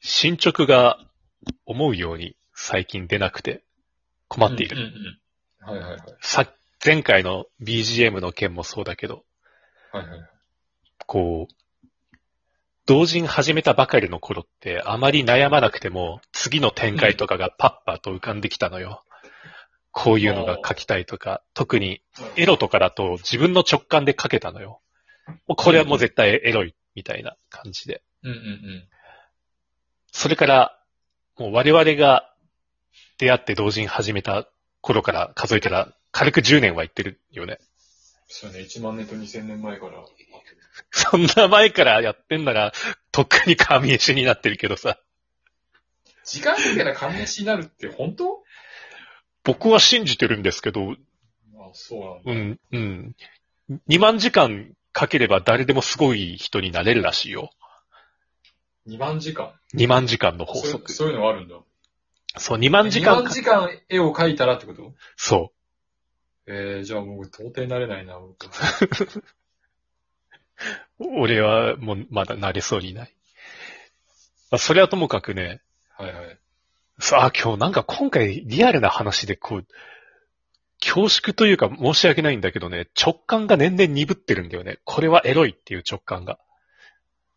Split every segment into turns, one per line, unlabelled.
進捗が思うように最近出なくて困っている。
うんうんうん。はいはいはい。
さ、前回の BGM の件もそうだけど、
はいはい。
こう、同時に始めたばかりの頃ってあまり悩まなくても次の展開とかがパッパと浮かんできたのよ。こういうのが書きたいとか、特にエロとかだと自分の直感で書けたのよ。もうこれはもう絶対エロいみたいな感じで。
うんうんうん。
それから、もう我々が出会って同時に始めた頃から数えたら軽く10年は行ってるよね。
そうね、1万年と2000年前から。
そんな前からやってんなら、とっくに神絵師になってるけどさ。
時間かけたら神飯になるって本当
僕は信じてるんですけど、
あそうなんだ。
うん、うん。2万時間かければ誰でもすごい人になれるらしいよ。
2万時間。
2万時間の法
そう
則。
そういうのがあるんだ。
そう、2万時間
2
か
万時間絵を描いたらってこと
そ
えー、じゃあもう到底なれないな、僕。
う。俺はもうまだ慣れそうにない。まあ、それはともかくね、
はいはい。
さあ今日なんか今回リアルな話でこう、恐縮というか申し訳ないんだけどね、直感が年々鈍ってるんだよね。これはエロいっていう直感が。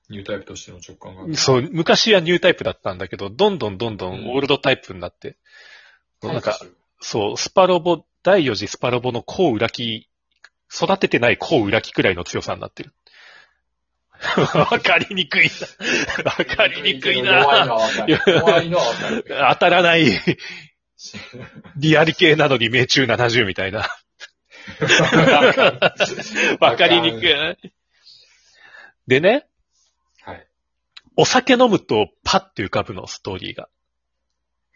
ニュータイプとしての直感が。
そう、昔はニュータイプだったんだけど、どんどんどんどんオールドタイプになって、
はい
なんか、そう、スパロボ、第4次スパロボのコウウラキ、育ててないコウウラキくらいの強さになってる。 わかりにくいな。わかりにくい
弱い
な。
のはわかる。弱いのはわかる。
当たらない、リアル系なのに命中70みたいな。
わかる
わかりにくい。でね、
はい。
お酒飲むとパッて浮かぶの、ストーリーが。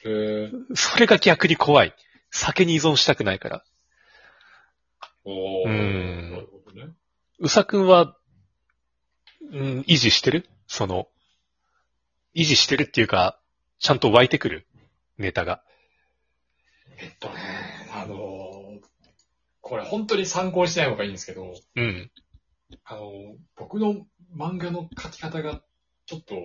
えー、
それが逆に怖い。酒に依存したくないから。
おー。
うん
なるほどね。
うさくんは、うん、維持してるその、維持してるっていうか、ちゃんと湧いてくるネタが。
えっとね、あのーこれ本当に参考にしない方がいいんですけど、
うん。
あのー僕の漫画の書き方がちょっと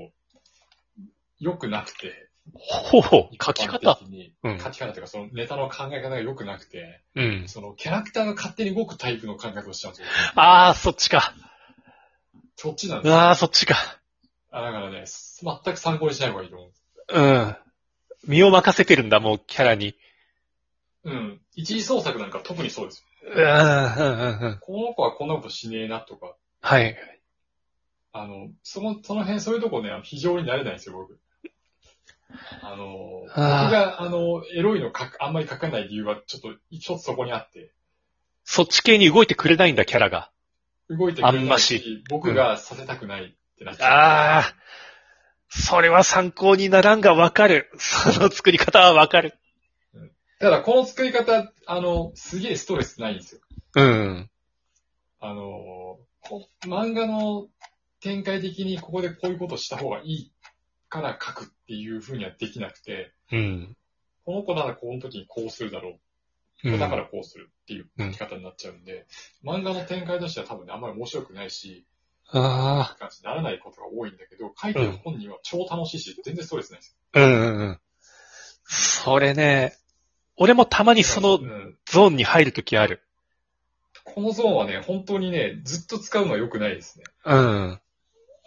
良くなくて、
ほうほう、書き方
一般。的に
うん
書き方というかそのネタの考え方が良くなくて、
うん。
そのキャラクターが勝手に動くタイプの考え方をしちゃうんですよ。
あー、そっちか。
そっちなんですよ。
あー、そっちか。
あだからね、全く参考にしない方がいいと思う。
うん。身を任せてるんだ、もうキャラに。
うん。一時創作なんか特にそうですよ。
うん、うん、うんうん。
この子はこんなことしねえなとか、
はい。
あの、その、その辺、そういうとこね、あの非常に慣れないんですよ、僕。あの、僕
あー
が、あの、エロいの書く、あんまり書かない理由は、ちょっと、一つそこにあって、
そっち系に動いてくれないんだ、キャラが。
動いてくれ
あん
な
ま
い
し
し、僕がさせたくないってなっちゃう。
あー。それは参考にならんがわかる。その作り方はわかる。
ただ、この作り方、あの、すげえストレスないんですよ。
うん。
あの、こ漫画の展開的に、ここでこういうことした方がいいから書くっていうふうにはできなくて、
うん。
この子ならこの時にこうするだろう
うん
だからこうするっていう書き方になっちゃうんで、漫画の展開としては多分ね、あんまり面白くないし、
あ
感じにならないことが多いんだけど、書いてる本人は超楽しいし、全然ストレスないです。
あ、うんうんうん。それね、俺もたまにその
うん
ゾーンに入るときある。
このゾーンはね、本当にね、ずっと使うのは良くないですね。
うん。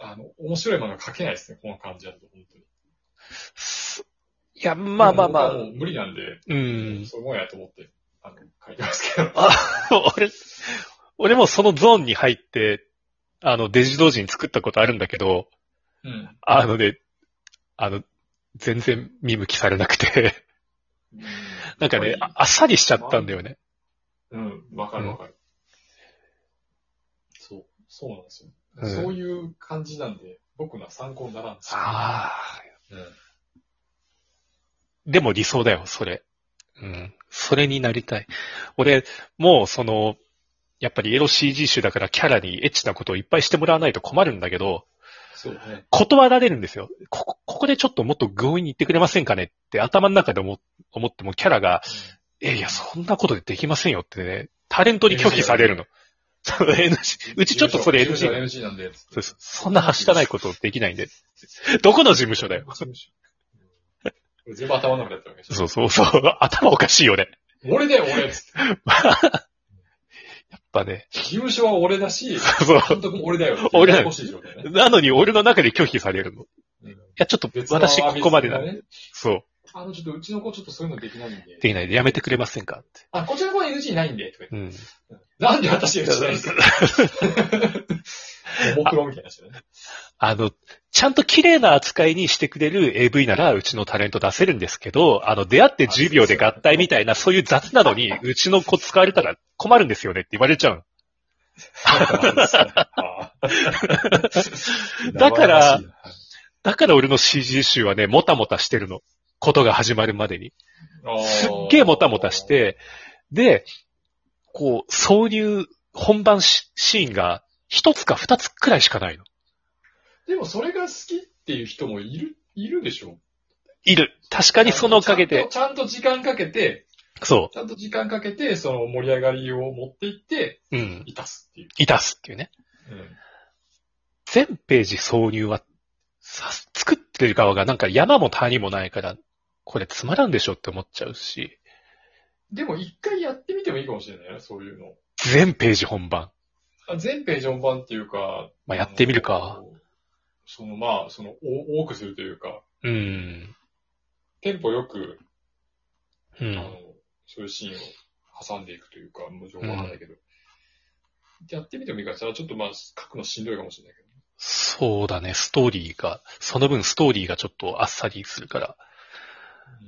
あの、面白い漫画書けないですね、この感じだと、本当に。
すいや、まあまあま
でも僕
あ。
はもう無理なんで、
うん。
そう思うやと思って、あの、書いてますけど。
あ、俺、俺もそのゾーンに入って、あの、デジ同時に作ったことあるんだけど、
うん。
あのね、あの、全然見向きされなくて、 なんかね、ああっさりしちゃったんだよね。
うん、わかるわかる。そう、そうなんですよ。
うん
そういう感じなんで、僕のは参考にならんですよ。
あ
うん
あ。でも理想だよ、それ。うん。それになりたい。俺、もうその、やっぱりエロ CG 集だからキャラにエッチなことをいっぱいしてもらわないと困るんだけど、
そうね。
断られるんですよ。ここ、ここでちょっともっと強引に言ってくれませんかねって頭の中で思思ってもキャラが、え、いや、そんなことでできませんよってね、タレントに拒否されるの。その NG、うちちょっとそれ
事
NG が
務所事務所が NG なんで、つっ
そ
て
うそうそんなはしたないことできないんで。どこの事務所だよ。
事務所うん全部頭の中だったわけでしょ
そうそうそう。頭おかしいよね。
俺だよ、俺つって。
やっぱね。
事務所は俺だし、
そう。
監督も俺だよ。
俺だよ
欲しい状態ね。
なのに俺の中で拒否されるの。い
うん
や、ちょっと
別の
私ここまで
別
なん
の
で。
ね
そ
あの、ちょっとうちの子ちょっとそういうのできないんで
う。。できないでやめてくれませんかって。
あ、こちらの子は NG ないんで、とか言って
うん。
なんで私 NG ないんですかももクロみたいな人ね。
あの、ちゃんと綺麗な扱いにしてくれる AV ならうちのタレント出せるんですけど、あの、出会って10秒で合体みたいなそういう雑なのに、うちの子使われたら困るんですよねって言われちゃう。
あー
だから
生々しいな
だから俺の CG 集はね、もたもたしてるの。ことが始まるまでに。すっげえもたもたし、て、で、こう、挿入本番シシーンが一つか二つくらいしかないの。
あーでもそれが好きっていう人もいる、いるでしょ
いる。確かにそのおかげで、
ちゃんとちゃんと時間かけて、
そ
ちゃんと時間かけて、その盛り上がりを持っていって、
う。うん。
いたすっていう。
いたすっていうね。全ページ挿入は、さ作ってる側がなんか山も谷もないから、これつまらんでしょって思っちゃうし、
でも一回やってみてもいいかもしれないね、そういうの。
全ページ本番。
あ全ページ本番っていうか、
まあ、やってみるか
あ。の。そのまあ、その、お多くするというか、
うん。
テンポよく、
う
あの
ん。、
そういうシーンを挟んでいくというか、もう情報なんだけど、やってみてもいいから、それはちょっとまあ、書くのしんどいかもしれないけど。
そうだね、ストーリーが、その分ストーリーがちょっとあっさりするから。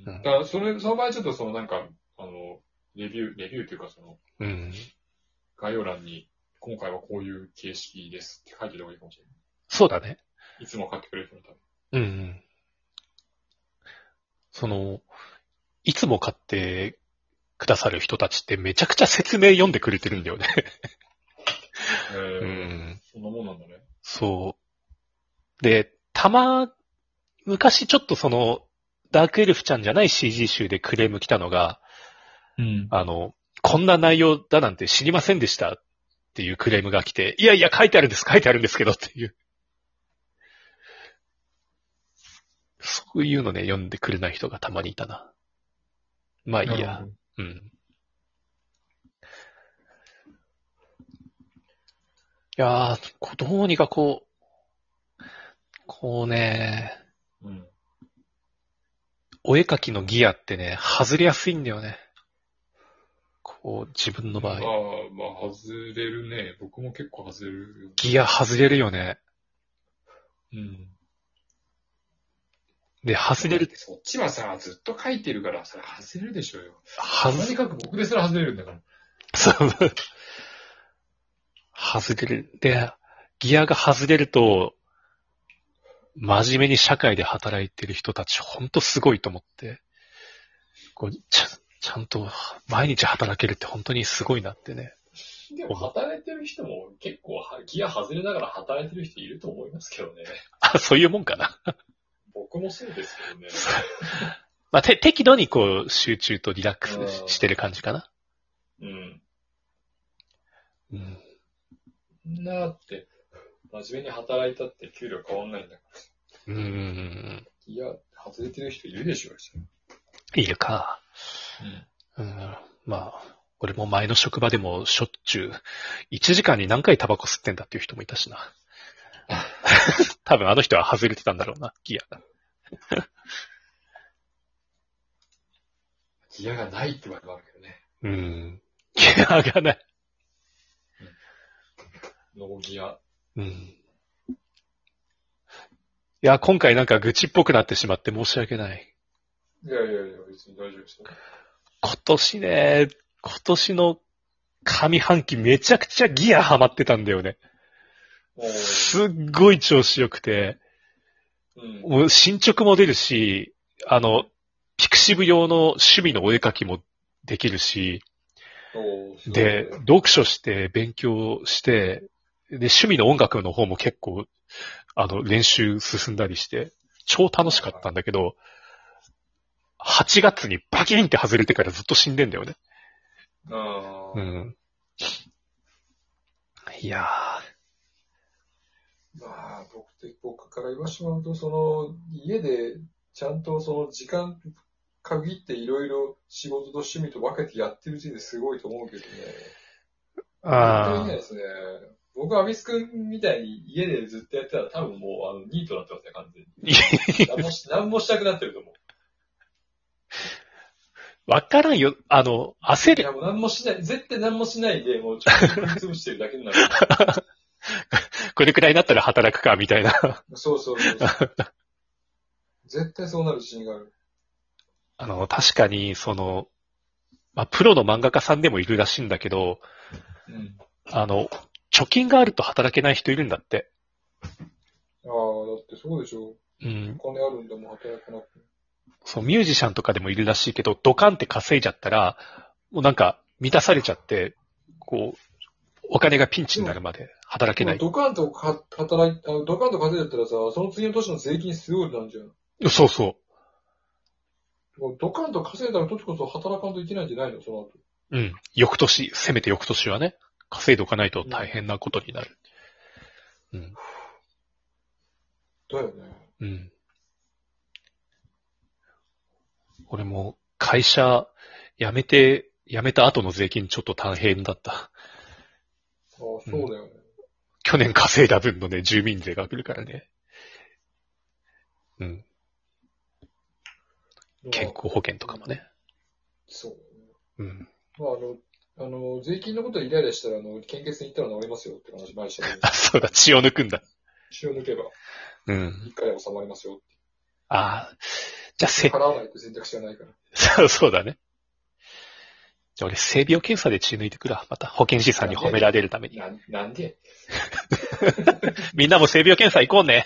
うん
だから、それ、その場合ちょっとそのなんか、あの、レビュー、レビューというかその、
うん。
概要欄に、今回はこういう形式ですって書いておいた方がいいかもしれな
そうだね。
い。いつも買ってくれる人のために。
うん。その、いつも買ってくださる人たちってめちゃくちゃ説明読んでくれてるんだよね。
え
う
ー
ん。
そんなもんなんだね。
そう。で、たま、昔ちょっとその、ダークエルフちゃんじゃない CG 集でクレーム来たのが、
うん。
あの、こんな内容だなんて知りませんでしたっていうクレームが来て、いやいや書いてあるんです、書いてあるんですけどっていう。そういうのね、読んでくれない人がたまにいたな。まあいい
なる
や
ほ。ど。
うん。いやー、こうどうにかこう、こうね、
うん。
お絵描きのギアってね、外れやすいんだよね。こう、自分の場合。
まあ、まあ、外れるね。僕も結構外れるよ。
ギア外れるよね。
うん。
で、外れる、
そっちはさ、ずっと書いてるから、それ外れるでしょうよ。
外
同じ書く僕ですら外れるんだから。
そう。外れる。で、ギアが外れると、真面目に社会で働いてる人たち、ほんとすごいと思って、こうちゃちゃんと毎日働けるって本当にすごいなってね。
でも、働いてる人も結構は、ギア外れながら働いてる人いると思いますけどね。
あ、そういうもんかな。
僕もそうですけどね。
まあ、て適度にこう、集中とリラックスししてる感じかな。
うん。
うん。
なーって、真面目に働いたって給料変わんないんだか
う
ら。
んうんうんうん。
いや、外れてる人いるでしょうよそれ
いるか。うんまあ、俺も前の職場でもしょっちゅう、1時間に何回タバコ吸ってんだっていう人もいた しな。多分あの人は外れてたんだろうな、ギアが。
ギアがないってわけもあるけどね。
うん。ギアがない。
ノーギア。
うん。いや、今回なんか愚痴っぽくなってしまって申し訳ない。
いやいやいや、別に大丈夫ですよ。
今年ね、今年の上半期めちゃくちゃギアハマってたんだよね。
おー
すっごい調子良くて。
うん。
もう進捗も出るし、あの、ピクシブ用の趣味のお絵描きもできるし、
おーすごい
で、読書して勉強して、で、趣味の音楽の方も結構、あの、練習進んだりして、超楽しかったんだけど、8月にバキンって外れてからずっと死んでんだよね。
あ
う
ー
ん。いや
まあ、僕的、僕から言わせてもらうと、その、家で、ちゃんとその時間限っていろいろ仕事と趣味と分けてやってる時点ですごいと思うけどね。
ー。
本当にね
あ
ですね。僕はアビス君みたいに家でずっとやってたら多分もう、あの、ニートになってますね、完全に。何もし、何もしたくなってると思う。
あ、わからんよ。あの、焦
い
れ、
や、もう何もしない、絶対何もしないで、もうちょっと潰してるだけになる。
これくらいになったら働くか、みたいな。
そうそうそうそう。絶対そうなる自信がある。
あの、確かに、その、まあ、プロの漫画家さんでもいるらしいんだけど、
うん。
あの、貯金があると働けない人いるんだって。
ああ、だってそうでしょ。
うん。
お金あるんでもう働かなくて。
そう、ミュージシャンとかでもいるらしいけど、ドカンって稼いじゃったら、もうなんか、満たされちゃって、こう、お金がピンチになるまで働けない。
ドカンとか働いあドカンと稼いだったらさ、その次の年の税金すごいなんじゃん。
そうそ
ドカンと稼いだら時こそ働かんといけないんじゃないのその後。
う。うん。翌年、せめて翌年はね、稼いでおかないと大変なことになる。うん。
だよね。
うん。俺も会社辞めて、辞めた後の税金ちょっと大変だった。
ああ、そうだよね。
去年稼いだ分のね、住民税が来るからね。うん。健康保険とかもね。
そう。
うん。
まあ、あの、あの、税金のことでイライラしたら、あの、献血に行ったら治りますよって 話、毎週。
あ、そうだ、血を抜くんだ。
血を抜けば、
うん。
一回は収まりますよっ
ああ。じゃあ、
て。
せ、
払わないと選択肢がないから。
そうそうだね。じゃあ俺、性病検査で血抜いてくるわ。また、保健師さんに褒められるために。
な、なんで
みんなも性病検査行こうね。